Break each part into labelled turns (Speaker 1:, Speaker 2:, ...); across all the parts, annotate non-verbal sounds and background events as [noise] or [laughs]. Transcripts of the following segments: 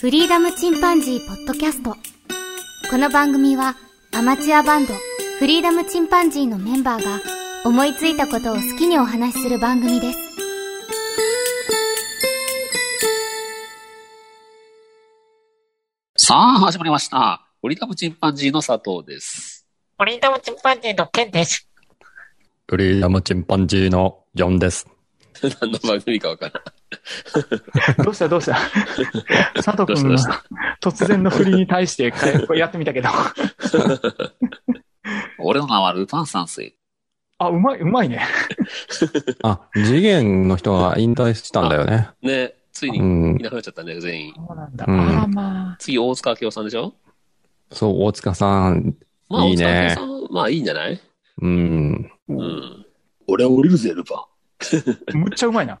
Speaker 1: フリーダムチンパンジーポッドキャスト。この番組はアマチュアバンドフリーダムチンパンジーのメンバーが思いついたことを好きにお話しする番組です。
Speaker 2: さあ、始まりました。オリタムチンパンジーの佐藤です。
Speaker 3: オリンダムチンパンジーの剣です。
Speaker 4: フリーダムチンパンジーのジョンです。
Speaker 2: 何の番組かわからん。
Speaker 5: どうしたどうした佐藤君
Speaker 2: ど
Speaker 5: の
Speaker 2: うし
Speaker 5: 突然の振りに対してかえやってみたけど。
Speaker 2: 俺の名はルパン三世。
Speaker 5: あ、うまい、うまいね。
Speaker 4: あ、次元の人が引退したんだよね。
Speaker 2: ね、ついうに
Speaker 4: ん
Speaker 2: い。なくなっちゃったね、全員。
Speaker 5: そうなんだ。
Speaker 4: うん
Speaker 5: あらまあ。
Speaker 2: 次、大塚明夫さんでしょ
Speaker 4: そう、大塚さん。
Speaker 2: まあ、
Speaker 4: いいね
Speaker 2: 大塚明夫さん、まあ、いいんじゃない
Speaker 4: うん。
Speaker 2: うん。俺は降りるぜ、ルパン。
Speaker 5: むっちゃうまいな。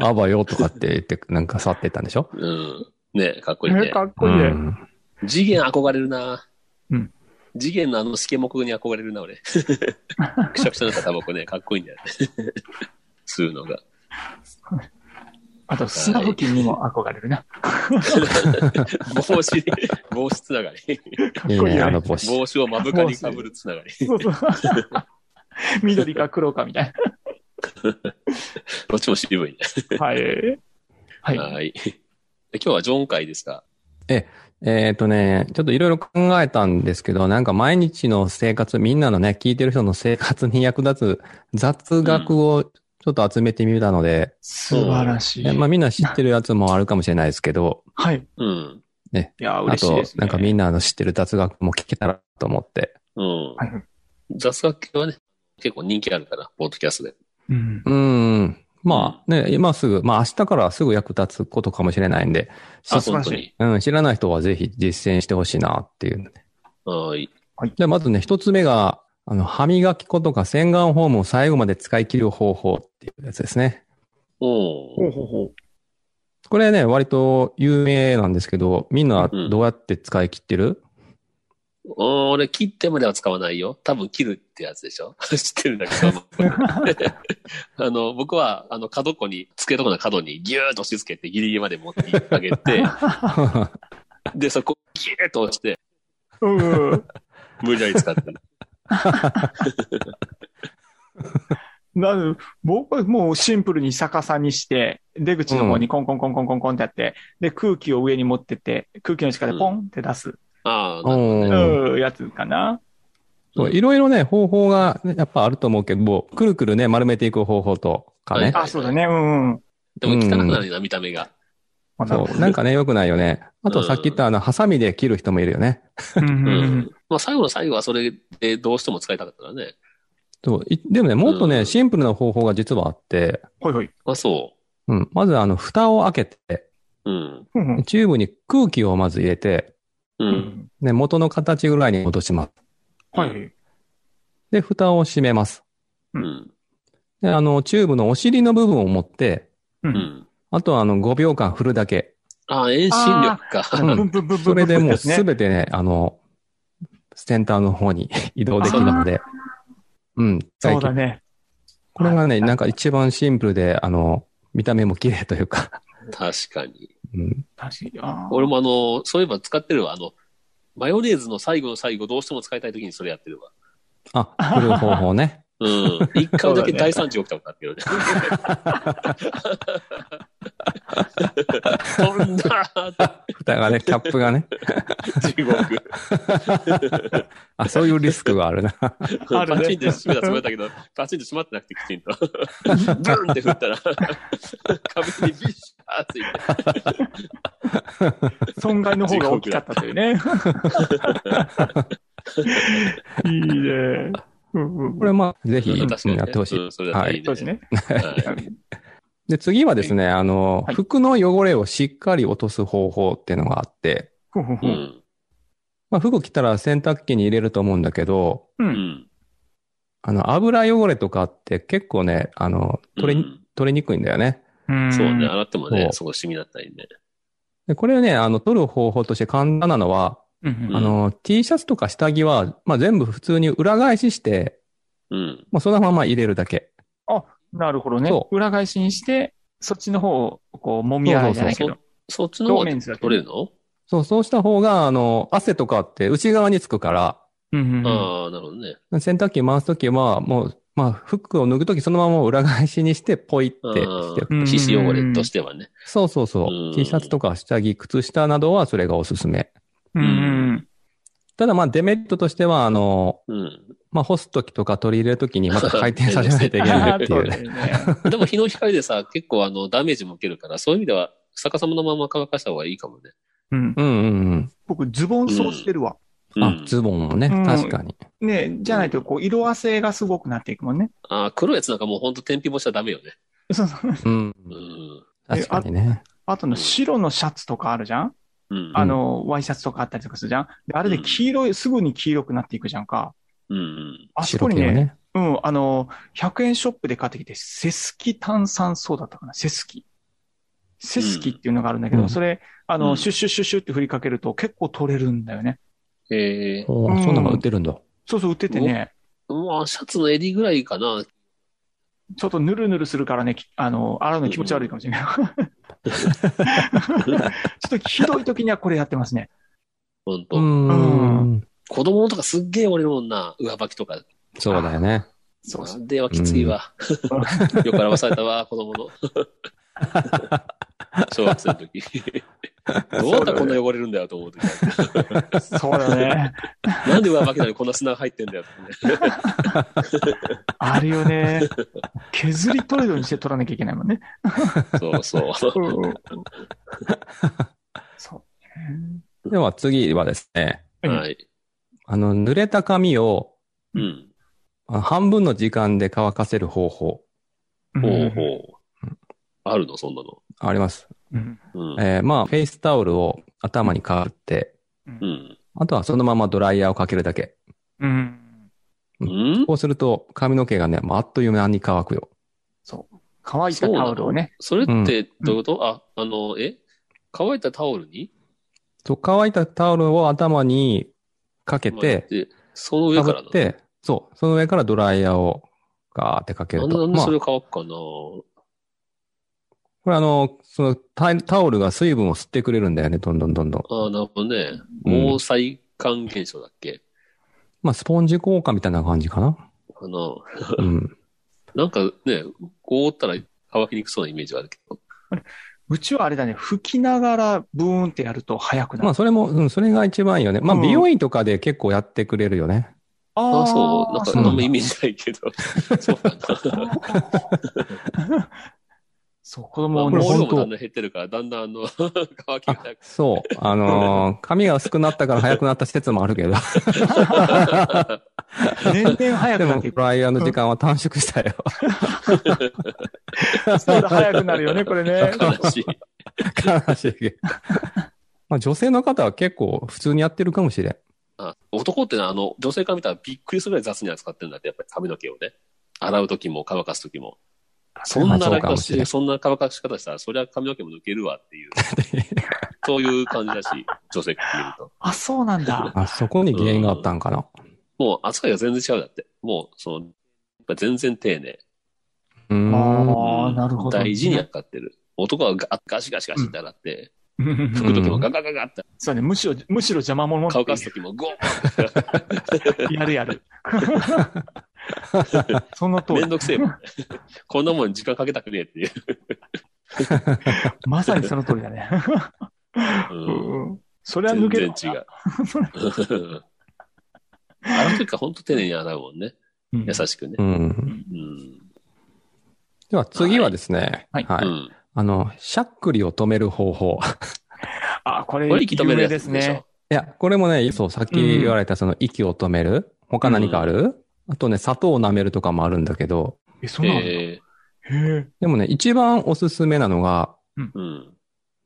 Speaker 4: あばよとかって言って、なんか去ってったんでしょ
Speaker 2: うん。ね、かっこいい
Speaker 5: え
Speaker 2: ね。
Speaker 5: かっこ
Speaker 4: う
Speaker 5: いいね。
Speaker 4: ん。
Speaker 2: 次元憧れるな。
Speaker 5: うん。
Speaker 2: 次元のあの、しけもくに憧れるな、
Speaker 4: [laughs]
Speaker 2: 俺。くしゃくしゃになったタバコね、かっこいいんだよ [laughs] ね。吸うのが。
Speaker 5: あと、砂吹きにも憧れるな。
Speaker 2: 帽子、帽子つながり。
Speaker 5: かっこ
Speaker 4: い
Speaker 5: い
Speaker 4: い
Speaker 5: いね
Speaker 4: ね、あの帽子。
Speaker 2: 帽子を目深にかぶるつながり。
Speaker 5: そうそう緑か黒かみたい
Speaker 2: どっちも渋いね。
Speaker 5: な。はい。はい。
Speaker 2: はい。 [laughs] で今日はジョン会ですが。
Speaker 4: えっ、とね、ちょっといろいろ考えたんですけど、なんか毎日の生活、みんなのね、聞いてる人の生活に役立つ雑学をちょっと集めてみたので、
Speaker 5: 素晴らしい。
Speaker 4: えまあみんな知ってるやつもあるかもしれないですけど、
Speaker 5: はい。
Speaker 2: うん。
Speaker 5: いや、
Speaker 4: あ
Speaker 5: 嬉しい
Speaker 4: と
Speaker 5: です、ね。
Speaker 4: なんかみんなの知ってる雑学も聞けたらと思って。
Speaker 2: うん。
Speaker 5: はい
Speaker 2: 雑学系はね、結構人気あるから、ポッドキャストで。
Speaker 5: うん。
Speaker 4: うん。まあね、今すぐ、まあ明日からすぐ役立つことかもしれないんで、
Speaker 2: あ、
Speaker 5: 素晴
Speaker 2: 本
Speaker 5: らし
Speaker 2: 当
Speaker 5: い
Speaker 2: に。
Speaker 4: うん、知らない人はぜひ実践してほしいなっていう。
Speaker 2: はい。
Speaker 4: じゃあまずね、一つ目が、あの、歯磨き粉とか洗顔フォームを最後まで使い切る方法っていうやつですね。
Speaker 2: お
Speaker 5: ほ
Speaker 2: ー
Speaker 5: うほうほ
Speaker 4: これね、割と有名なんですけど、みんなどうやって使い切ってる、
Speaker 2: おー俺、切ってまでは使わないよ。多分、切るってやつでしょ [laughs] 知ってるんだけど。 [laughs] あの、僕は、あの、角っこに、付けとこの角にギューッと押し付けて、ギリギリまで持ってあげ
Speaker 5: [laughs]
Speaker 2: て、で、そこ、ギューッと押して、
Speaker 5: う。うん。
Speaker 2: 無理やり使ってる。
Speaker 5: な僕はもうシンプルに逆さにして、出口の方にコンコンコンコンコンコンってやって、で、空気を上に持ってって、空気の力でポンって出す、
Speaker 2: ああ、なるほど
Speaker 4: う
Speaker 2: ね。
Speaker 4: ん。
Speaker 5: うん、やつかな。
Speaker 4: そういろいろね、方法がねやっぱあると思うけど、くるくるね、丸めていく方法とかね。
Speaker 2: はい
Speaker 5: あ、そうだね、うんうん。
Speaker 2: でも、汚くなるな、見た目が。
Speaker 4: そう。なんかね、良くないよね。あとさっき言ったあの、ハサミで切る人もいるよね。
Speaker 5: うんうん
Speaker 2: う
Speaker 5: うん
Speaker 2: ん。まあ、最後の最後はそれでどうしても使いたかったらね。
Speaker 4: そう。いでもね、もっと
Speaker 2: う
Speaker 4: ね、
Speaker 2: ん
Speaker 4: シンプルな方法が実はあって、
Speaker 5: ほいほい。
Speaker 2: あ、そ
Speaker 4: うん。まずあの、蓋を開けて、
Speaker 2: う。うん。
Speaker 5: うんうん
Speaker 4: チューブに空気をまず入れて、
Speaker 2: う。
Speaker 5: うんん
Speaker 4: ね、元の形ぐらいに戻します。
Speaker 5: はい。
Speaker 4: で、蓋を閉めます。
Speaker 2: う。
Speaker 5: うん
Speaker 4: で、あの、チューブのお尻の部分を持って、
Speaker 5: う。
Speaker 2: うんん。
Speaker 4: あとはあの、5秒間振るだけ。
Speaker 2: ああ、遠心力か。
Speaker 4: うん
Speaker 5: ブンブンブンブンブン
Speaker 4: それでもう
Speaker 5: す
Speaker 4: す
Speaker 5: ね
Speaker 4: べてね、あの、センターの方に [laughs] 移動できるので、うん。
Speaker 5: そうだね。
Speaker 4: これがね、なんか一番シンプルで、あの、見た目も綺麗というか、
Speaker 2: 確かに。
Speaker 4: うん。
Speaker 5: 確かに。あー
Speaker 2: 俺もあの、そういえば使ってるわ。あの、マヨネーズの最後の最後、どうしても使いたい時にそれやってるわ。
Speaker 4: あ、振る方法ね。
Speaker 2: うん。一回だけ
Speaker 5: そうだね
Speaker 2: 大惨事起きたことあったけどね。飛んだーっ
Speaker 4: 蓋がね、キャップがね。
Speaker 2: て地獄。
Speaker 4: あ、そういうリスクがあるな。
Speaker 5: あるね
Speaker 2: パチンって閉めたつもりだったけど、パチンって閉まってなくてきちんと。ブンって振ったら、壁にビシャーっていって。
Speaker 5: 損害の方が大きかったというね。いいね。うんうん
Speaker 4: [laughs] これまあ、ぜひ、
Speaker 2: 確かにね
Speaker 4: やってほし
Speaker 2: う
Speaker 4: い
Speaker 2: ん。それだったらいいね。
Speaker 5: そうですね。
Speaker 2: はい。
Speaker 4: で、次はですね、あの、
Speaker 5: はい
Speaker 4: 服の汚れをしっかり落とす方法っていうのがあって、
Speaker 5: ふんふんふ
Speaker 2: うんん。
Speaker 4: まあ、服着たら洗濯機に入れると思うんだけど、
Speaker 5: う。
Speaker 2: うんん。
Speaker 4: あの、油汚れとかって結構ね、あの、取れ、
Speaker 2: うん
Speaker 4: 取れにくいんだよね。
Speaker 5: うん
Speaker 2: そうね。洗っても
Speaker 4: そ
Speaker 2: ね、
Speaker 4: う
Speaker 2: そこ染みだったりね。
Speaker 4: で、これね、あの、取る方法として簡単なのは、
Speaker 5: うん
Speaker 4: あの、T シャツとか下着は、まあ、全部普通に裏返しして、
Speaker 2: うん。
Speaker 4: まあ、そのまま入れるだけ。
Speaker 5: なるほどね
Speaker 4: そ。
Speaker 5: 裏返しにして、そっちの方をこう、もみ洗いじゃないけど。
Speaker 2: そっちの方
Speaker 5: 表
Speaker 2: が
Speaker 5: 面図だけ
Speaker 2: 取れるの、
Speaker 4: そう、そうした方が、あの、汗とかって内側につくから、
Speaker 5: うんうんうん。
Speaker 2: ああ、なるほどね。
Speaker 4: 洗濯機回すときは、もう、まあ、服を脱ぐときそのまま裏返しにして、ポイってして、
Speaker 5: うん
Speaker 2: 皮脂汚れとしてはね。
Speaker 4: そうそうそうう。
Speaker 2: ん
Speaker 4: T シャツとか下着、靴下などはそれがおすすめ。
Speaker 5: うんうん。
Speaker 4: ただまあ、デメリットとしては、あの、
Speaker 2: うん。
Speaker 4: まあ、干すときとか取り入れるときにまた回転させないといけないってい
Speaker 5: [laughs] そう
Speaker 4: う
Speaker 5: で
Speaker 4: ね。
Speaker 5: すね。
Speaker 2: でも日の光でさ、 [laughs] 結構あの、ダメージも受けるから、そういう意味では、逆さまのまま乾かした方がいいかもね。
Speaker 5: うん。
Speaker 4: うんうん
Speaker 5: 僕、ズボンそうしてるわ。
Speaker 2: う
Speaker 4: う。
Speaker 2: んん、
Speaker 4: あ、ズボンもね、
Speaker 5: うん
Speaker 4: 確かに。
Speaker 5: ねじゃないと、こう、色あせがすごくなっていくもんね。
Speaker 2: あー黒いやつなんかもうほんと天日干しはダメよね。
Speaker 5: そうそう。
Speaker 4: うん。
Speaker 2: うん。
Speaker 4: 確かにね。
Speaker 5: あとの白のシャツとかあるじゃん
Speaker 2: うん。
Speaker 5: あの、ワイシャツとかあったりとかするじゃんで、あれで黄色い、すぐに黄色くなっていくじゃんか。
Speaker 2: うん。
Speaker 5: あそ
Speaker 4: 白
Speaker 5: こ
Speaker 4: 系
Speaker 5: にね、
Speaker 4: はね。
Speaker 5: うん、あの、100円ショップで買ってきて、セスキ炭酸ソーダだったかなセスキ。セスキっていうのがあるんだけど、
Speaker 4: うん
Speaker 5: それ、あの、
Speaker 2: うん
Speaker 5: シュッシュッシュッシュッって振りかけると結構取れるんだよね。
Speaker 2: えー、
Speaker 4: おーそんなの売ってるんだ。
Speaker 5: そうそう、売っててね、
Speaker 2: まあ、シャツの襟ぐらいかな。
Speaker 5: ちょっとヌルヌルするからね、きあの、洗うの気持ち悪いかもし
Speaker 2: [laughs]
Speaker 5: れない。ちょっとひどい時にはこれやってますね。
Speaker 2: ほんと。
Speaker 4: うん
Speaker 5: うん。
Speaker 2: 子供のとかすっげえ折れるもんな。上履きとか。
Speaker 4: そうだよね。
Speaker 5: そうそう。
Speaker 2: あれはきついわ。よく表されたわ、子 [laughs] 供の。小学生の時。どうだこんな汚れるんだよと思う時。
Speaker 5: そうだね。
Speaker 2: なんで上履きなのにこんな砂が入ってんだよってね。
Speaker 5: あるよね。削り取るようにして取らなきゃいけないもんね。
Speaker 2: そうそう。
Speaker 5: そう。
Speaker 4: では次はですね、
Speaker 2: はい。
Speaker 4: あの、濡れた髪を
Speaker 2: うん。
Speaker 4: あ半分の時間で乾かせる方法
Speaker 5: うん
Speaker 2: ほうほう。あるの、そんなの。
Speaker 4: あります。
Speaker 5: うん
Speaker 2: うん。
Speaker 4: えーまあ、フェイスタオルを頭にかぶって、
Speaker 2: うん。
Speaker 4: あとはそのままドライヤーをかけるだけ。
Speaker 5: うん。
Speaker 2: うん
Speaker 4: こうすると髪の毛がね、まああっという間に乾くよ。
Speaker 5: そう。乾いたタオルをね。
Speaker 2: それってどういうこと、あ、あの、え乾いたタオルに
Speaker 4: そう、乾いたタオルを頭にかけて、、
Speaker 2: その上
Speaker 4: かぶ
Speaker 2: から
Speaker 4: っ。て、そう、その上からドライヤーをガーってかけ
Speaker 2: な
Speaker 4: る
Speaker 2: んでな
Speaker 4: と。
Speaker 2: んで
Speaker 4: まあ、
Speaker 2: それ
Speaker 4: こ
Speaker 2: を乾くかな、
Speaker 4: れあの、そのタタオルが水分を吸ってくれるんだよね、どんどんどんどん。
Speaker 2: ああ、なるほどね。
Speaker 4: うん
Speaker 2: 毛細管現象だっけ、
Speaker 4: まあ、スポンジ効果みたいな感じ
Speaker 2: [laughs]
Speaker 4: かな。
Speaker 2: あの、
Speaker 4: うん。
Speaker 2: なんかね、凍ったら乾きにくそうなイメージはあるけど。
Speaker 5: うちはあれだね、拭きながらブーンってやると早くなる。
Speaker 4: まあ、それも、うん、それが一番いいよね。まあ、
Speaker 5: うん
Speaker 4: 美容院とかで結構やってくれるよね。
Speaker 5: あ
Speaker 2: ああ、そう。なんか、
Speaker 4: そ
Speaker 2: あ
Speaker 4: うんなん
Speaker 2: ま
Speaker 4: だ
Speaker 2: イメージないけど。 [laughs] そうなんだ。
Speaker 5: そう、子供
Speaker 2: まあ、
Speaker 5: を
Speaker 4: こ
Speaker 2: 毛
Speaker 4: れ
Speaker 2: 量
Speaker 5: ね、
Speaker 2: もだんだん減ってるから、だんだんあの、 [laughs] 乾きがなく
Speaker 4: そう。あの
Speaker 5: [laughs]
Speaker 4: ー髪が薄くなったから早くなった施設もあるけど。
Speaker 5: 年々早
Speaker 4: で
Speaker 5: くな
Speaker 4: も、
Speaker 5: ってい
Speaker 2: [laughs]
Speaker 4: ド
Speaker 5: く。
Speaker 4: ライヤーの時間は短縮したよ。
Speaker 5: そうだ、早くなるよね、こ
Speaker 2: [laughs]
Speaker 5: れね。
Speaker 2: 悲しい。
Speaker 4: 悲しいけど。まあ、女性の方は結構普通にやってるかもしれん。
Speaker 2: あ男ってのはあの、女性から見たらびっくりするぐらい雑に扱ってるんだって、やっぱり髪の毛をね。洗う時も乾かす時も。そんな
Speaker 4: そう
Speaker 2: 楽
Speaker 4: か
Speaker 2: か
Speaker 4: もしれ
Speaker 2: し、
Speaker 4: ん
Speaker 2: そんな乾かし方したら、そりゃ髪の毛も抜けるわって
Speaker 4: [laughs]
Speaker 2: いう、そういう感じだし、女性から見ると。
Speaker 5: あ、そうなんだ。
Speaker 4: あそこに原因があったんかな。
Speaker 2: もう扱いが全然違うだって。もう、その、やっぱ全然丁寧。
Speaker 4: うーん。
Speaker 5: ああ、なるほど。
Speaker 2: 大事に扱ってる。男はガガシガシガシって洗って、
Speaker 5: うん。
Speaker 2: 拭くときもガガガガって、
Speaker 5: [laughs] そうね、むしろ、むしろ邪魔者って
Speaker 2: 乾かすときもゴー
Speaker 5: やる
Speaker 2: [laughs]
Speaker 5: やる。その通
Speaker 2: め
Speaker 5: り
Speaker 2: ん。どくせえもん。こんなもん時間かけたくねえっていう。
Speaker 5: まさにその通りだね。
Speaker 2: うん
Speaker 5: うんそれは抜ける
Speaker 2: 全。然違う。洗うときは本当丁寧に洗うもんね。
Speaker 5: うん
Speaker 2: 優しくね
Speaker 4: う。ん。
Speaker 2: うん。
Speaker 4: では次はですね。
Speaker 5: はい
Speaker 4: は
Speaker 2: う
Speaker 4: い。
Speaker 2: ん。
Speaker 4: あの、しゃっくりを止める方法。
Speaker 5: あ、これ、
Speaker 2: これ息止める
Speaker 5: 有
Speaker 2: やつ
Speaker 5: 名で
Speaker 2: ですすね。
Speaker 5: ね。
Speaker 4: いや、これもね、そう、さっき言われたその息を止める。他何かあるあとね、砂糖を舐めるとかもあるんだけど。
Speaker 5: え、そうなんだ。へ
Speaker 2: え
Speaker 5: え。
Speaker 4: でもね、一番おすすめなのが、
Speaker 2: ーうん。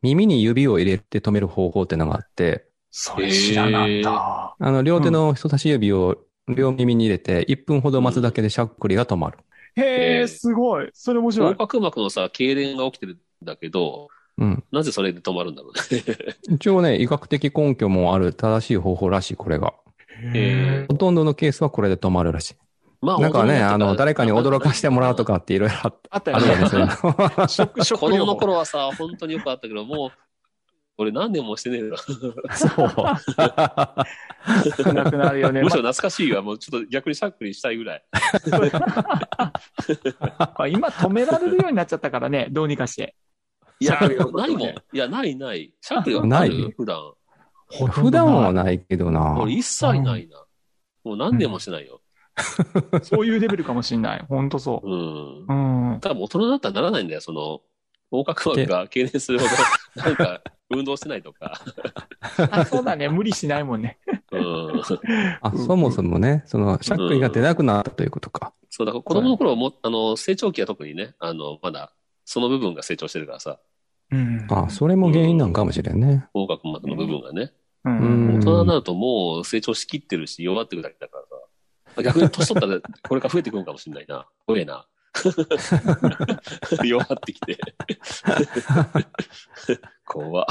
Speaker 4: 耳に指を入れて止める方法ってのがあって、
Speaker 5: それ知らなかった。
Speaker 4: あの、両手の人差し指を両耳に入れて、1分ほど待つだけでしゃっくりが止まる。
Speaker 5: へ
Speaker 2: へ
Speaker 5: え、
Speaker 2: え
Speaker 5: すごい。それ面白
Speaker 2: 横
Speaker 5: い。
Speaker 2: 隔膜のさ、痙攣が起きてるんだけど、
Speaker 4: うん。
Speaker 2: なぜそれで止まるんだろうね。
Speaker 4: 一応ね、医学的根拠もある正しい方法らしい、これが。
Speaker 5: へえ
Speaker 4: ほとんどのケースはこれで止まるらし
Speaker 2: ま
Speaker 4: い。なんかね、あの、誰かに驚かしてもらうと
Speaker 2: か。
Speaker 4: かっていろいろあっ
Speaker 5: あった
Speaker 4: た
Speaker 5: よ
Speaker 4: [laughs] あるよね、
Speaker 5: ね。
Speaker 4: そういうの
Speaker 5: 食、食
Speaker 2: 子供
Speaker 5: 療
Speaker 2: の
Speaker 5: 法。
Speaker 2: 頃はさ、本当によくあったけど、も俺何年もしてねえな。
Speaker 4: そう。
Speaker 5: 少なくなるよ [laughs] ね。
Speaker 2: むしろ懐かしいわ。もうちょっと逆にしゃっくりしたいぐらい。
Speaker 5: ま [laughs] あ今止められるようになっちゃったからね、どうにかして。
Speaker 2: いや、
Speaker 5: しゃっくりのことね
Speaker 2: ないもん。いや、ないない。しゃっくりは
Speaker 4: な
Speaker 2: ないい普段。
Speaker 4: [laughs] 普段はないけどな。
Speaker 2: 俺一切ないな。もう何年もしてないよ。
Speaker 5: そういうレベルかもしんない。ほんとそうう。
Speaker 2: ん。
Speaker 5: うん。
Speaker 2: 多分大人になったらならないんだよ。その、横隔膜が経年するほど、 [laughs] なんか、運動してないとか。
Speaker 5: あ、そうだね。無理しないもんね。
Speaker 2: うん。
Speaker 4: あ、そもそもね、その、しゃっくりが出なくなったということか。
Speaker 2: そうだ、子供の頃も、あの、成長期は特にね、あの、まだ、その部分が成長してるからさ、
Speaker 5: うん。
Speaker 4: あ、それも原因なんかもしれんね。
Speaker 2: 横隔膜の部分がね、
Speaker 4: う
Speaker 5: う
Speaker 4: ん
Speaker 2: 大
Speaker 5: ん。
Speaker 2: 人になるともう成長しきってるし、弱ってくだけだからさ、逆に年取ったらこれから増えてくるかもしれないな。怖えな。弱ってきて。怖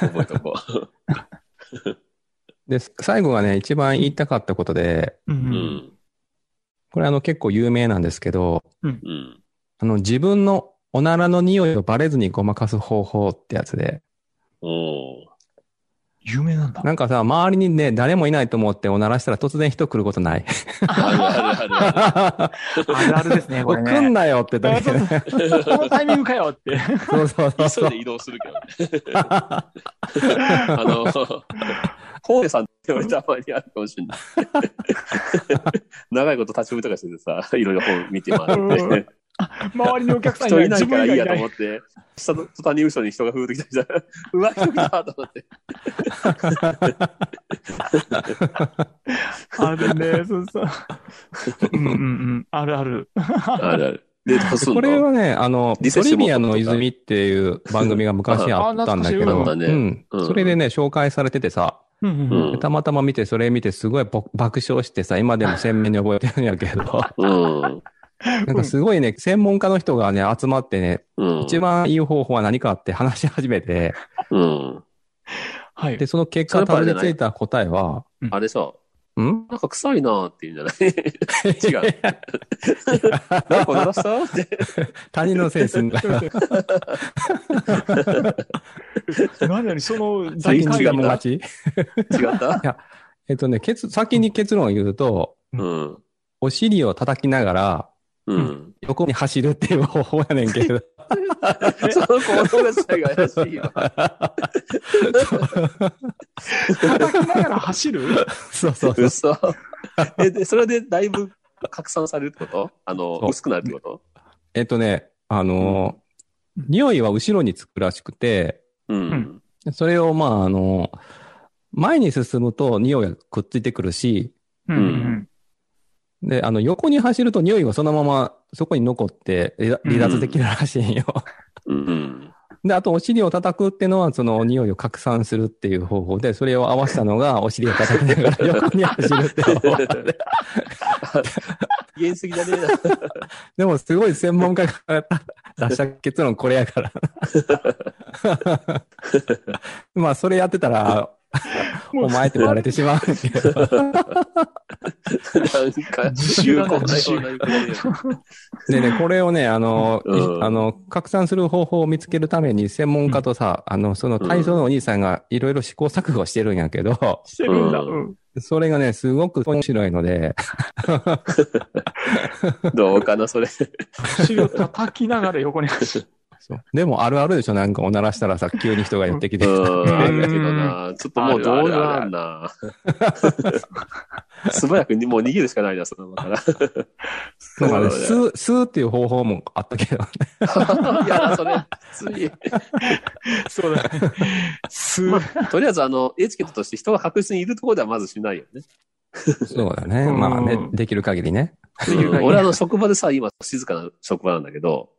Speaker 2: 覚えとこう。
Speaker 4: で、最後がね、一番言いたかったことで、
Speaker 5: う。
Speaker 2: うんん。
Speaker 4: これあの結構有名なんですけど、
Speaker 2: うん。
Speaker 4: あの自分のおならの匂いをバレずにごまかす方法ってやつで、
Speaker 2: おー
Speaker 5: 有名なんだ。
Speaker 4: なんかさ、周りにね、誰もいないと思っておならしたら突然人来ることない。
Speaker 2: あるあるある。
Speaker 4: あ
Speaker 5: あるあるですね、これ
Speaker 4: 来ん
Speaker 5: ね。
Speaker 4: なよってだけで、ね。
Speaker 5: このタイミングかよって。
Speaker 4: そうそうそ
Speaker 2: 急
Speaker 4: うそ
Speaker 2: いうで。移動するけどね。あの、コーネさんって俺たまにあるかもしれない。長いこと立ち読みとかしててさ、いろいろ本見て回っ
Speaker 5: う
Speaker 2: て
Speaker 5: ん、周りのお客さん
Speaker 2: 人いない
Speaker 5: 自
Speaker 2: からい
Speaker 5: 分以
Speaker 2: い
Speaker 5: 外
Speaker 2: やと
Speaker 5: いない
Speaker 2: 思って、下の途端に後ろに人が増えてきたりしたら、 [laughs] うわ、人来たと思って。
Speaker 5: あるね、そうそう。うんうんうん。あるある。
Speaker 2: あ [laughs] るある。で、どうすんの
Speaker 4: これはね、あの、
Speaker 2: リセ
Speaker 4: ト
Speaker 2: ッシ
Speaker 4: リ
Speaker 2: ュ
Speaker 4: ビア
Speaker 2: ボ
Speaker 4: の
Speaker 2: ットとか
Speaker 4: 泉っていう番組が昔あったんだけ
Speaker 5: あ
Speaker 4: ど、
Speaker 5: 懐
Speaker 2: かしい
Speaker 4: うん。
Speaker 2: うん
Speaker 4: それでね、紹介されててさ、
Speaker 5: うんう
Speaker 2: うん
Speaker 5: ん。
Speaker 4: でたまたま見て、それ見て、すごいぼ爆笑してさ、今でも鮮明に覚えてるんやけ
Speaker 2: [laughs]
Speaker 4: ど、
Speaker 2: うん。
Speaker 4: なんかすごいね、専門家の人がね、集まってね、
Speaker 2: うん。
Speaker 4: 一番いい方法は何かって話し始めて、
Speaker 2: うん。
Speaker 5: はい
Speaker 4: で、。その結果、
Speaker 2: それ
Speaker 4: た
Speaker 2: やっぱ
Speaker 4: ど
Speaker 2: り
Speaker 4: り着いた答えは、
Speaker 2: あれさ、
Speaker 4: ん
Speaker 2: なんか臭いなーって言うんじゃない違う。
Speaker 4: [laughs]
Speaker 2: なんか鳴らしたって。
Speaker 4: 他人のせいにすんだ。
Speaker 5: 何々、その、
Speaker 2: 最
Speaker 4: 先
Speaker 2: 近違う
Speaker 4: に言い
Speaker 2: ん
Speaker 4: が
Speaker 2: だ
Speaker 4: ち
Speaker 2: [laughs] 違った
Speaker 4: えっとね、結、先に結論を言うと、
Speaker 2: うん。
Speaker 4: お尻を叩きながら、
Speaker 2: うん。
Speaker 4: 横に走るっていう方法やね
Speaker 2: [laughs]
Speaker 4: んけど。
Speaker 2: その行動が自体が怪しいよ。
Speaker 5: 叩きながら走る
Speaker 4: そうそうそ
Speaker 2: 嘘。
Speaker 4: う。
Speaker 2: え、で、それでだいぶ拡散されるってことあの
Speaker 4: そ、う
Speaker 2: 薄くなるってこと
Speaker 4: えっとね、あのー匂いは後ろにつくらしくて、
Speaker 2: うんん。
Speaker 4: それをまああのー前に進むと匂いがくっついてくるし、
Speaker 5: うんうん
Speaker 4: で、あの、横に走ると匂いがそのままそこに残って離離脱できるらしいんよ。
Speaker 2: うん。 [laughs]
Speaker 4: で、あとお尻を叩くっていうのは、その匂いを拡散するっていう方法で、それを合わせたのがお尻を叩きながら横に走るっていう方法。
Speaker 2: 原石だね。
Speaker 4: でもすごい専門家が出した結論これやから。 [laughs] まあ、それやってたら、
Speaker 5: もう
Speaker 4: お前って言われてしまうけど。
Speaker 2: なんか、
Speaker 5: 信
Speaker 2: 流
Speaker 5: が
Speaker 2: 行
Speaker 5: ない
Speaker 2: ないそうな
Speaker 4: でね、これをね、あの、
Speaker 2: うん
Speaker 4: いあの、拡散する方法を見つけるために、専門家とさ、あの、その体操のお兄さんがいろいろ試行錯誤してるんやけど、
Speaker 5: してるんだ。
Speaker 2: う
Speaker 5: うん。
Speaker 4: それがね、すごく面白いので、
Speaker 2: どうかな、そ
Speaker 4: [laughs]
Speaker 2: れ。
Speaker 5: 足を叩きながら横に走 [laughs] る。
Speaker 4: そうでもあるあるでしょ、なんかおならしたらさ、急に人が寄ってきて
Speaker 2: う。ん、あるけどな。ちょっともうどうにもならんな。素早くにもう逃げるしかないな、その場から。
Speaker 4: なんかね、
Speaker 2: そうだね
Speaker 4: スー、スーっていう方法もあったけ
Speaker 2: [laughs]
Speaker 4: ど、
Speaker 2: いやだ、それ。つい。
Speaker 5: そうだね。す
Speaker 2: まあとりあえず、あの、エチケットとして人が確実にいるところではまずしないよね。
Speaker 4: そうだね。
Speaker 5: うん
Speaker 4: まあね、できる限りね。
Speaker 5: ていうか
Speaker 2: うん俺あの、職場でさ、今、静かな職場なんだけど、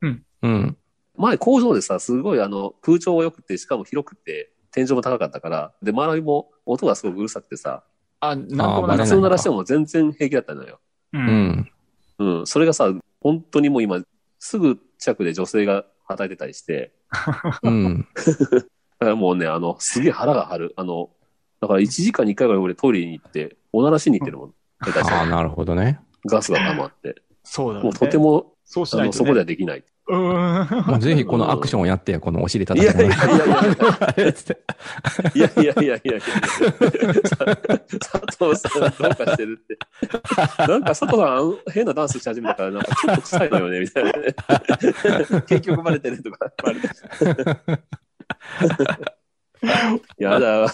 Speaker 4: うん。
Speaker 2: 前工場でさ、すごいあの、空調が良くて、しかも広くて、天井も高かったから、で、周りも音がすごくうるさくてさ、
Speaker 5: あ、なんともな
Speaker 4: あ
Speaker 2: 普
Speaker 4: バレ
Speaker 5: らず
Speaker 2: 通鳴らしても全然平気だったのよ。
Speaker 5: う。
Speaker 4: うんん。
Speaker 2: うん。それがさ、本当にもう今、すぐ近くで女性が働いてたりして、
Speaker 4: うん。
Speaker 2: だからもうね、あの、すげえ腹が張る。あの、だから1時間に1回ぐらい俺トイレに行って、おならしに行ってるもん。下手した
Speaker 4: ああ、
Speaker 2: ら
Speaker 4: なるほどね。
Speaker 2: ガスが溜まって。
Speaker 5: そうだね。
Speaker 2: もうとても、
Speaker 5: そうし
Speaker 2: あ
Speaker 5: ない
Speaker 2: の、
Speaker 5: と
Speaker 2: そ
Speaker 5: ね
Speaker 2: こではできない。
Speaker 5: うーん。
Speaker 4: もうぜひこのアクションをやってよ、このお尻
Speaker 2: い
Speaker 4: 叩
Speaker 2: や
Speaker 4: い
Speaker 2: いやい
Speaker 4: て。
Speaker 2: や
Speaker 4: あれっつって
Speaker 2: いやいやいやいやいやいや佐藤さん、どうかしてるって。なんか佐藤さん、変なダンスし始めたから、なんかちょっと臭いのよね、みたい
Speaker 4: [laughs]
Speaker 2: な。 [laughs] 結局バレてるとか、バレてる。やだわ、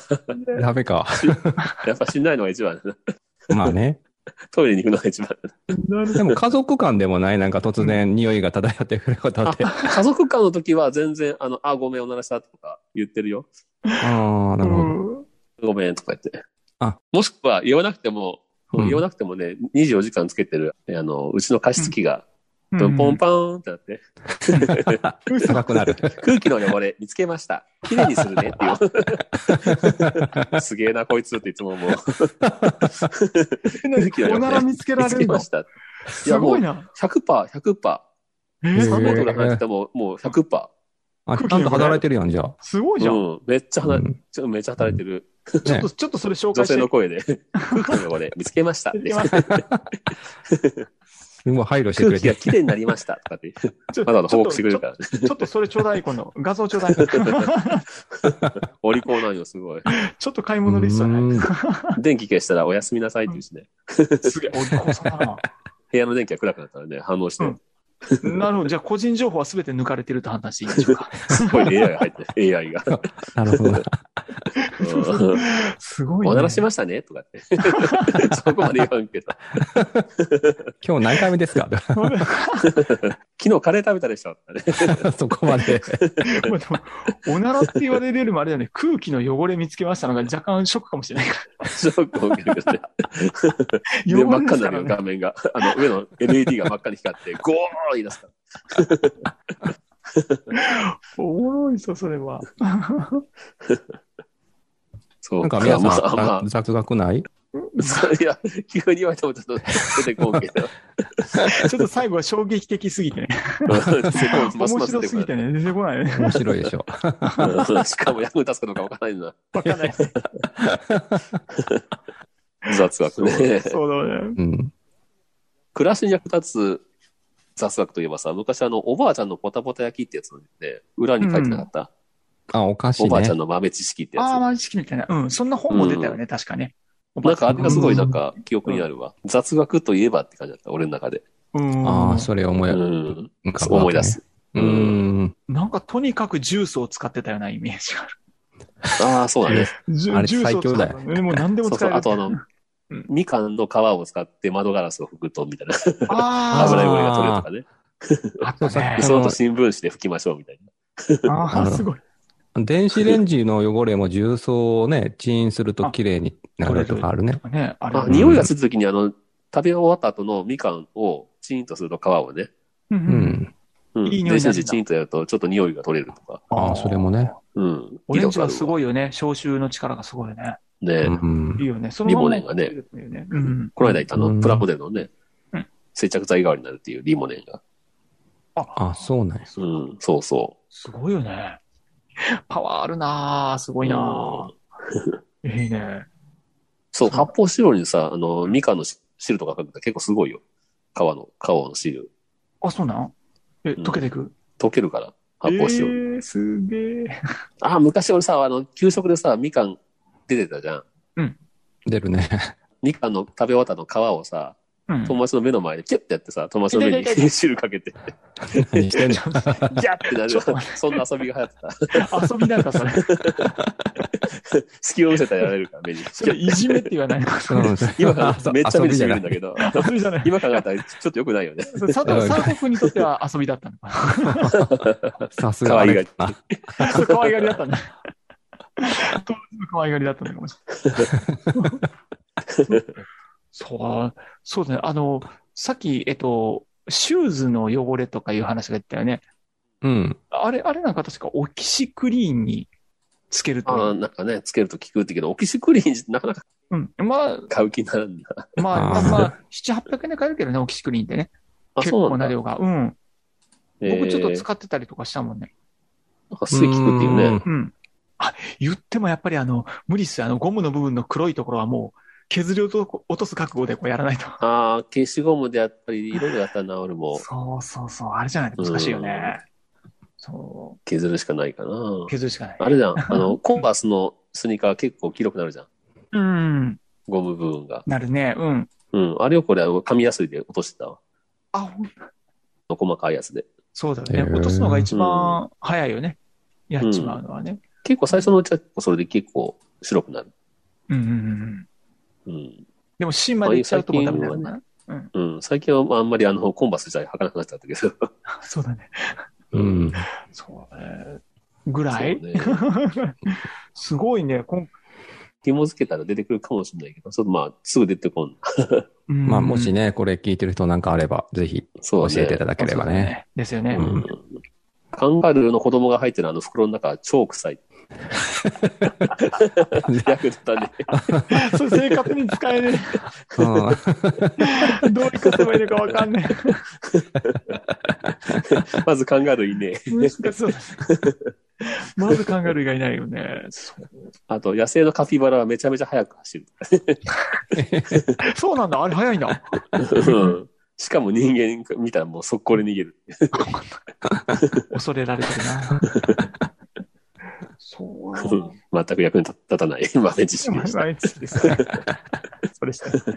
Speaker 4: ダメか。
Speaker 2: やっぱしんないのが一番だな。
Speaker 4: まあね。
Speaker 2: トイレに行くのが一番だな。
Speaker 4: でも家族間でもない、なんか突然匂いが漂ってくることって。あ
Speaker 2: 家族間の時は全然、あの、あ、ごめん、おならしたとか言ってるよ。
Speaker 4: あ、なるほど。
Speaker 2: ごめんとか言って。
Speaker 4: あ
Speaker 2: もしくは言わなくても、
Speaker 4: うん
Speaker 2: 言わなくてもね、24時間つけてる、あの、うちの加湿器が、
Speaker 5: うん
Speaker 2: ポンポンパーンってなって、
Speaker 5: 嘘
Speaker 4: 辛くなる。
Speaker 2: 空気の汚れ見つけました。きれいにするねって
Speaker 5: [laughs]
Speaker 2: いう。すげえな、こいつっていつももう。空気の汚れ
Speaker 5: おなら見つけ
Speaker 2: 見
Speaker 5: られ
Speaker 2: つけ
Speaker 5: るの
Speaker 2: ました。い
Speaker 5: す
Speaker 2: や、も
Speaker 5: ご
Speaker 2: う
Speaker 5: い、な。
Speaker 2: 100%、100%。
Speaker 5: え
Speaker 4: へー
Speaker 2: 3メートル
Speaker 5: ー、
Speaker 2: 離れてても、もう100%。
Speaker 4: あ、ちゃんと働いてるやん、じゃあ。
Speaker 5: すごいじゃん。
Speaker 2: うん。めっちゃ
Speaker 4: う
Speaker 2: 離れ、
Speaker 4: ん
Speaker 2: ちょめっちゃ働いてる。
Speaker 5: ちょっ
Speaker 4: ね
Speaker 5: と、ちょっとそれ紹
Speaker 2: 女
Speaker 5: 介し
Speaker 2: 性
Speaker 5: て。
Speaker 2: の声で、空気の汚れ見つけましたって。
Speaker 4: もう配慮してく
Speaker 2: 空
Speaker 4: れ
Speaker 2: 気が
Speaker 4: て。
Speaker 2: きれいになりましたとかって。
Speaker 5: ちょ
Speaker 2: まだまだ
Speaker 5: ち
Speaker 2: 報告
Speaker 5: ょっと
Speaker 2: してくれるから。
Speaker 5: ちょちょっとそれちょうだい、今度。画像ちょうだ
Speaker 2: [laughs]
Speaker 5: い。
Speaker 2: お利口なんよ、すごい。
Speaker 5: ちょっと買い物リストね。
Speaker 2: 電気消したらおやすみなさいって言うしね。
Speaker 5: すげえ、お利口さんだ
Speaker 2: 部屋の電気が暗くなったらね、反応して
Speaker 5: う、んな。なるほど。じゃあ、個人情報は全て抜かれてると判断していいんでしょ
Speaker 2: [laughs]
Speaker 5: うか。
Speaker 2: すごい AI が入ってる、AI が。
Speaker 5: [laughs]
Speaker 4: なるほど。
Speaker 2: うん
Speaker 5: すごい、ね。
Speaker 2: おならしましたねとか
Speaker 5: [laughs]
Speaker 2: って。そこまで言わんけど。
Speaker 4: 今日何回目ですか
Speaker 2: [laughs] 昨日カレー食べたでしょとかね。 [laughs]
Speaker 4: [laughs] そこまで。
Speaker 5: まあでもおならって言われるよりもあれだよね、空気の汚れ見つけましたのが若干ショックかもしれないか
Speaker 2: ショックを受けるけどね。
Speaker 5: ら。
Speaker 2: で、真
Speaker 5: 汚
Speaker 2: っ
Speaker 5: れ
Speaker 2: 赤に
Speaker 5: です
Speaker 2: な
Speaker 5: か
Speaker 2: る
Speaker 5: ら
Speaker 2: よ、
Speaker 5: ね。
Speaker 2: 画面が。あの、上の LED が真っ赤に光って、ゴー言い出すから。
Speaker 5: おもろいぞ、それは。
Speaker 2: そう。
Speaker 4: なんか皆さん、
Speaker 2: まあま
Speaker 4: あ雑学ない
Speaker 2: あ、そういや、急に言われてもちょっと出てこんけ
Speaker 5: [laughs]
Speaker 2: ど。
Speaker 5: ちょっと最後は衝撃的すぎてね。面白すぎてね、出てこないね。
Speaker 4: 面白い
Speaker 2: [laughs]
Speaker 4: でしょ。
Speaker 2: うんしかも役に立つかどうかわからないな。
Speaker 5: わかんない。
Speaker 2: 雑学ね。
Speaker 5: そうだね。
Speaker 4: うん。
Speaker 2: 暮らしに役立つ雑学といえばさ、昔あの、おばあちゃんのポタポタ焼きってやつのね、裏に書いてなかった。
Speaker 4: あ、お菓子
Speaker 2: おばあちゃ
Speaker 4: ね
Speaker 2: ん。の豆知識って
Speaker 5: ああ、
Speaker 2: や
Speaker 5: マジ式みたいな。うん、そんな本も出たよね、確かね。
Speaker 2: つ。なんかあれがすごいなんか記憶にあるわ。雑学といえばって感じだった、俺の中で。
Speaker 5: うん。
Speaker 4: ああ、それ思
Speaker 2: う
Speaker 4: い、
Speaker 2: ん。
Speaker 4: 浮かぶわけね
Speaker 2: 思い出。す。
Speaker 4: うん。
Speaker 5: なんかとにかくジュースを使ってたようなイメージがある。
Speaker 2: ああ、そうだね。
Speaker 5: ジュ
Speaker 4: あれ
Speaker 5: ジュースを使ってた
Speaker 4: 最
Speaker 5: ね。でもう何 [laughs] でも
Speaker 2: そうそ
Speaker 5: 使
Speaker 2: う。
Speaker 5: える。
Speaker 2: あとあの
Speaker 5: うん、
Speaker 2: みかんの皮を使って窓ガラスを拭くと、みたいな。
Speaker 5: あ
Speaker 2: 油
Speaker 5: ー
Speaker 2: 汚れが取れるとかね。
Speaker 5: あったね
Speaker 4: あ
Speaker 2: 理
Speaker 4: ー
Speaker 2: 想と新聞紙で拭きましょう、みたいな。
Speaker 5: あー、すごい。
Speaker 4: 電子レンジの汚れも重曹をね、チンすると綺麗になるとかあるね。
Speaker 5: ね、あれ。
Speaker 2: あ、匂いがするときにあの、食べ終わった後のみかんをチンとすると皮をね、
Speaker 5: う。
Speaker 4: うんん。
Speaker 2: うん。
Speaker 5: いい匂い
Speaker 2: 電子
Speaker 5: になるんだ
Speaker 2: レンジチンとやると、ちょっと匂いが取れるとか。
Speaker 4: ああ、それもね。
Speaker 2: うん。
Speaker 5: オレンジはす
Speaker 2: い。
Speaker 5: ごいよね。消臭の力がすごいよね。
Speaker 2: ね、
Speaker 4: うん
Speaker 5: いいよね。そのまま
Speaker 2: リボネン
Speaker 5: ね。うん。
Speaker 2: この間言ったあの、
Speaker 4: うん
Speaker 2: プラモデルのね、
Speaker 5: うん
Speaker 2: 接着剤代わりになるっていうリモネンが。
Speaker 4: あ、そうなんや。
Speaker 2: うん、そうそ
Speaker 5: すごいよね。パワーあるなぁ。すご
Speaker 2: う。
Speaker 5: いな
Speaker 2: う
Speaker 5: ぁ
Speaker 2: ん。
Speaker 5: いいね。
Speaker 2: そう、発泡スチロールにさ、あの、みかんのし汁とかかけたら結構すごいよ。皮の、皮の汁。
Speaker 5: あ、そうなんえ、
Speaker 2: ん
Speaker 5: 溶けていく
Speaker 2: 溶けるから、発泡スチロール。
Speaker 5: えー、すげえ。
Speaker 2: あ、昔俺さ、あの、給食でさ、みかん出てたじゃん。
Speaker 4: 出
Speaker 2: [laughs]
Speaker 4: るね。
Speaker 2: みかんの食べ終わったの皮をさ、
Speaker 5: うん。
Speaker 2: 友達の目の前でキュッてやってさ、友達の目
Speaker 5: 痛い痛い痛
Speaker 2: に汁かけて、
Speaker 4: 何してん
Speaker 2: [laughs]
Speaker 4: の
Speaker 2: ギャッてな
Speaker 5: ちょ
Speaker 2: る
Speaker 5: っと待。
Speaker 2: そんな遊びが流行ってた。
Speaker 5: 遊びなんか [laughs] それ。
Speaker 2: 隙を見せたらやられるから、目に。
Speaker 5: それいじめって言わないの [laughs]
Speaker 4: うん
Speaker 2: 今
Speaker 4: [laughs]
Speaker 2: [laughs] からめっちゃ目にしみるんだ
Speaker 4: 遊びじ
Speaker 2: けど、
Speaker 5: 遊びじ
Speaker 4: [laughs]
Speaker 5: ゃない。
Speaker 2: [laughs] 今考えたらちょっと良くないよ [laughs] ね。
Speaker 5: 佐藤、佐藤君にとっては遊びだったのか
Speaker 4: ゃないさすがあれだな。
Speaker 5: な。そう可愛がりだったんだ。 [laughs] 当時の可愛がりだったのかもしれない。そう、そうですね。あの、さっき、えっと、シューズの汚れとかいう話が言ったよね。
Speaker 4: うん。
Speaker 5: あれ、あれなんか確かオキシクリーンにつける
Speaker 2: ああ、
Speaker 5: と。
Speaker 2: なんかね、つけると聞くってけど、オキシクリーンなかなか
Speaker 5: うん。ま
Speaker 2: 買う気にならんな。
Speaker 5: あ、まあ、ま
Speaker 4: あ
Speaker 5: あ、
Speaker 4: ー
Speaker 5: まあ、7、800円で買えるけどね、オキシクリーンってね。
Speaker 2: あ、
Speaker 5: 結
Speaker 2: そう
Speaker 5: 構
Speaker 2: なん
Speaker 5: な
Speaker 2: だ。
Speaker 5: 量が。うん。僕ちょっと
Speaker 2: えー
Speaker 5: 使ってたりとかしたもんね。
Speaker 2: なんか水聞くっていうね。
Speaker 5: うん。あ、言ってもやっぱりあの、無理っすよあの、ゴムの部分の黒いところはもう、削り落と落とす覚悟でこうやらないと。
Speaker 2: ああ、消しゴムでやっぱりいろいろやったら治るも
Speaker 5: そうそうそう。あれじゃないと難しいよね。そ
Speaker 2: 削るしかないかな。
Speaker 5: う。削るしかない。
Speaker 2: あれじ [laughs] ゃん。あの、コンバースのスニーカー結構黄色くなるじゃん。
Speaker 5: うん。
Speaker 2: ゴム部分が。
Speaker 5: なるね。うん。
Speaker 2: うん。あれをこれ、紙やすいで落としてたわ。
Speaker 5: あ、ほん
Speaker 2: 細かいやつで。
Speaker 5: そうだよ
Speaker 4: へ
Speaker 5: ね。
Speaker 4: ー
Speaker 5: 落とすのが一番早いよね。やっちまうのはね。
Speaker 2: 結構最初のうちは結構それで結構白くなる。
Speaker 5: うんうんうんうん。
Speaker 2: うん。
Speaker 5: でも芯までいっちゃうとまたダメなのかな。
Speaker 2: うん。最近はあんまりあの、コンバース自体履かなくなっちゃったけど。
Speaker 5: そうだね。
Speaker 4: うん。
Speaker 5: そうね。ぐらい、
Speaker 2: そうね。
Speaker 5: [laughs] すごいね。こん
Speaker 2: 紐付けたら出てくるかもしれないけど、ちょっとまあ、すぐ出てこん。
Speaker 5: うん
Speaker 4: まあ、もしね、これ聞いてる人なんかあれば、ぜひ
Speaker 2: そ
Speaker 4: 教
Speaker 2: うね。
Speaker 4: えていただければ
Speaker 5: そうだ
Speaker 4: ね。。
Speaker 5: ですよね。
Speaker 4: うん
Speaker 2: カンガルーの子供が入ってるあの袋の中、超臭い。役立たね。
Speaker 5: [laughs] それ生活に使えね
Speaker 4: うん
Speaker 5: え。どう生かせばいいのかわかんない。
Speaker 2: まずカンガルーいねえ。
Speaker 5: 難しそうだねまずカンガルーがいないよね。そう
Speaker 2: あと、野生のカピバラはめちゃめちゃ速く走る。
Speaker 5: そうなんだ。あれ早いんだ。
Speaker 2: うんしかも人間見たらもう速攻で逃げる。
Speaker 5: 恐れられてるな。そうなんだ。
Speaker 2: 全く役に立たない。今ね、知識でし
Speaker 4: [laughs]
Speaker 5: 毎日ですね。それした
Speaker 2: た。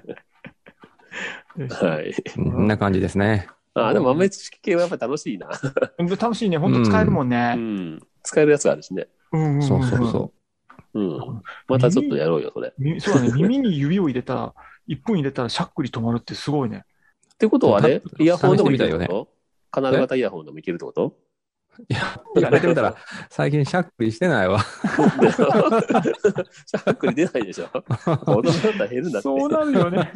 Speaker 2: はい。
Speaker 4: こんな感じですね。
Speaker 2: あーでも豆知識系はやっぱ楽
Speaker 5: [laughs]
Speaker 2: しいな。
Speaker 5: い。楽しいね。本当使えるもん
Speaker 2: う
Speaker 5: ね。
Speaker 2: ん。使えるやつがあるしね。
Speaker 5: うんんんん
Speaker 4: そうそうそ
Speaker 2: うん。またちょっとやろうよ、それ。っ
Speaker 5: 耳そうだね。耳に指を入れたら、1分入れたらしゃっくり止まるってすごいね。
Speaker 2: てことはね、
Speaker 4: た
Speaker 2: イヤホンでもいけ
Speaker 4: 試して
Speaker 2: る
Speaker 4: みたい
Speaker 2: っ
Speaker 4: よ
Speaker 2: て
Speaker 4: ね
Speaker 2: ことカナル型イヤホンでもいけるってこと
Speaker 4: う。いや、言われてみたら、最近しゃっくりしてないわ。
Speaker 2: だよシャークに出 [laughs] ないでし
Speaker 5: [laughs]
Speaker 2: ょ子供だったら減るんだって。
Speaker 5: そうなる
Speaker 4: [laughs]
Speaker 5: よね。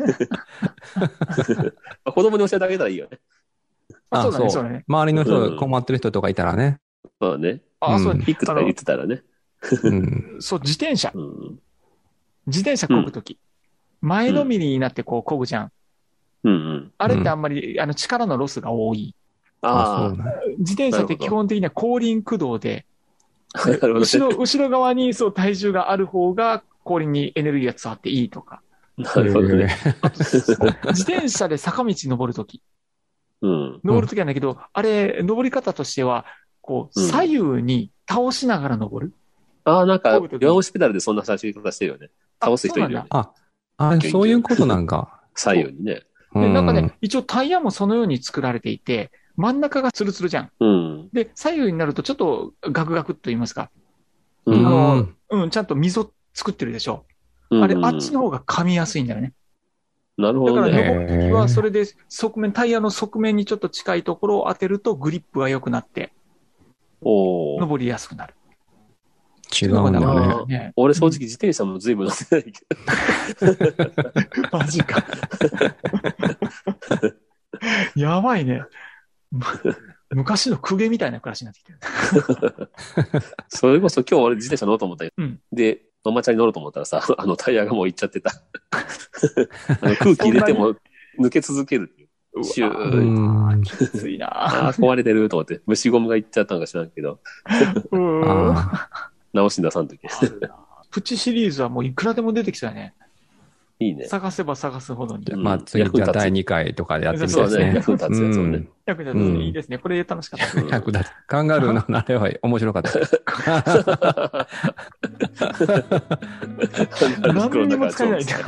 Speaker 2: 子供に教えてあげたらいいよね。
Speaker 5: あそうだね、
Speaker 4: そ
Speaker 5: そうだ
Speaker 4: う
Speaker 5: ね。
Speaker 4: 周りの人、困ってる人とかいたらね。
Speaker 2: そうだね。
Speaker 5: あ、そうだ
Speaker 4: う
Speaker 5: ね
Speaker 4: ん。
Speaker 2: ピックとか言ってたらね。
Speaker 4: うん。
Speaker 5: そう、自転車。
Speaker 2: うん。
Speaker 5: 自転車漕ぐとき。前のめりになってこう漕ぐじゃん。
Speaker 2: うんうん。
Speaker 5: あれってあんまり、あの、力のロスが多い。
Speaker 2: あ
Speaker 5: 自転車って基本的には後輪駆動で、
Speaker 2: あ。なるほどね
Speaker 5: 後ろ、後ろ側にそう体重がある方が後輪にエネルギーが伝わっていいとか。
Speaker 2: な
Speaker 4: そう
Speaker 2: るほど
Speaker 4: なんだ
Speaker 2: ね。
Speaker 5: 自転車で坂道登るとき。
Speaker 2: うん。
Speaker 5: 登るときなんだけど、あれ、登り方としては、こう、
Speaker 2: うん
Speaker 5: 左右に倒しながら登る。
Speaker 2: ああ、なんか
Speaker 5: こういう時、に
Speaker 2: 弱虫ペダルでそんな写真方してるよね。倒す人いるよ
Speaker 5: あ
Speaker 2: ね。
Speaker 4: あ、あれ、そういうことなんか。
Speaker 2: 左右にね。
Speaker 4: う
Speaker 5: で、なんかね、一応タイヤもそのように作られていて、真ん中がツルツルじゃん。
Speaker 2: うん。
Speaker 5: で、左右になるとちょっとガクガクっと言いますか。
Speaker 2: う
Speaker 4: うん
Speaker 2: ん。
Speaker 5: のうん、ちゃんと溝作ってるでしょ。
Speaker 2: うん
Speaker 5: あれ、あっちの方が噛みやすいんだよね。
Speaker 2: なるほ
Speaker 5: だか
Speaker 2: ど
Speaker 5: ら
Speaker 2: ね。
Speaker 5: 登るときは、それで側面、タイヤの側面にちょっと近いところを当てるとグリップが良くなって、
Speaker 2: おお。
Speaker 5: 登りやすくなる。
Speaker 4: 違うんだ
Speaker 5: な
Speaker 4: ね。
Speaker 5: かね。
Speaker 2: 俺正直自転車も随分乗ってないけど。
Speaker 5: [laughs] マジか。やばいね。 [laughs] む昔の公家みたいな暮らしになってきてる。
Speaker 2: それこそ今日俺自転車乗ろうと思ったよ。
Speaker 5: うん
Speaker 2: で、ママチャリ乗ろうと思ったらさ、あのタイヤがもういっちゃ
Speaker 5: [laughs]
Speaker 2: ってた。あの空気入れても抜け続けるっていう。シュ
Speaker 4: う
Speaker 2: ー。
Speaker 4: ん。
Speaker 5: きついな
Speaker 2: ああ、壊れてると思って。虫ゴムがいっちゃったのか知らんけど、
Speaker 5: うん
Speaker 4: あ
Speaker 2: 直しに出さんとき。
Speaker 5: プチシリーズはもういくらでも出てきそうやね。
Speaker 2: いいね。
Speaker 5: 探せば探すほどに
Speaker 4: ー
Speaker 2: うん
Speaker 4: まあ、次、
Speaker 2: 役
Speaker 4: じ
Speaker 2: に
Speaker 4: ゃ
Speaker 2: 立
Speaker 4: あ
Speaker 2: つ
Speaker 4: 第2回とかでやってみた
Speaker 2: そ
Speaker 4: いうで
Speaker 2: だ
Speaker 4: す
Speaker 2: ね。役に立
Speaker 4: ね。
Speaker 2: つやつをね。
Speaker 5: 役に立つ、
Speaker 4: うん
Speaker 5: いいですね。これ楽しかった。
Speaker 2: うん
Speaker 4: 役立つ。カンガルーのあれは面白かった。
Speaker 5: 何にも使えない。知 [laughs]
Speaker 4: じゃ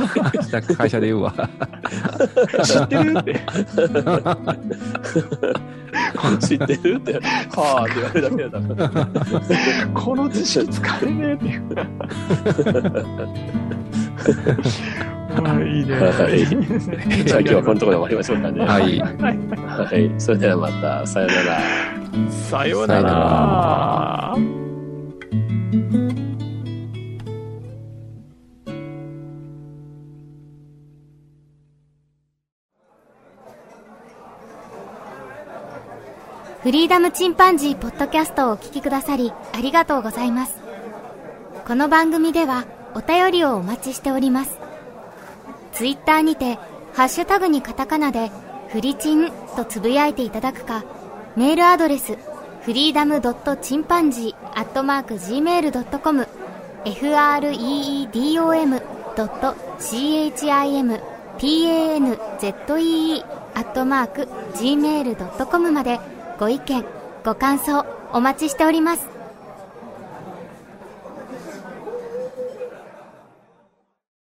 Speaker 4: あ会社で言うわ。
Speaker 5: ってるって。
Speaker 2: 知ってるって。はあって言われ
Speaker 5: [laughs]
Speaker 2: るだけだから。
Speaker 5: この知識使えねえっていう。 [laughs] まあいいね。
Speaker 2: はい
Speaker 5: [laughs] い
Speaker 2: じゃあ今日はこのところで終わりましょうかね。
Speaker 4: はい。
Speaker 2: はい。それではまた、さようなら。
Speaker 5: さよ
Speaker 4: さ
Speaker 5: うな
Speaker 4: ような
Speaker 5: ら。
Speaker 1: フリーダムチンパンジーポッドキャストをお聞きくださりありがとうございます。この番組ではお便りをお待ちしております。ツイッターにて、ハッシュタグにカタカナで、フリチンとつぶやいていただくか、メールアドレス、フリーダムドットチンパンジーアットマーク Gmail.com、freedom.chimpanzee chimpanzee アットマーク gmail.com までご意見、ご感想お待ちしております。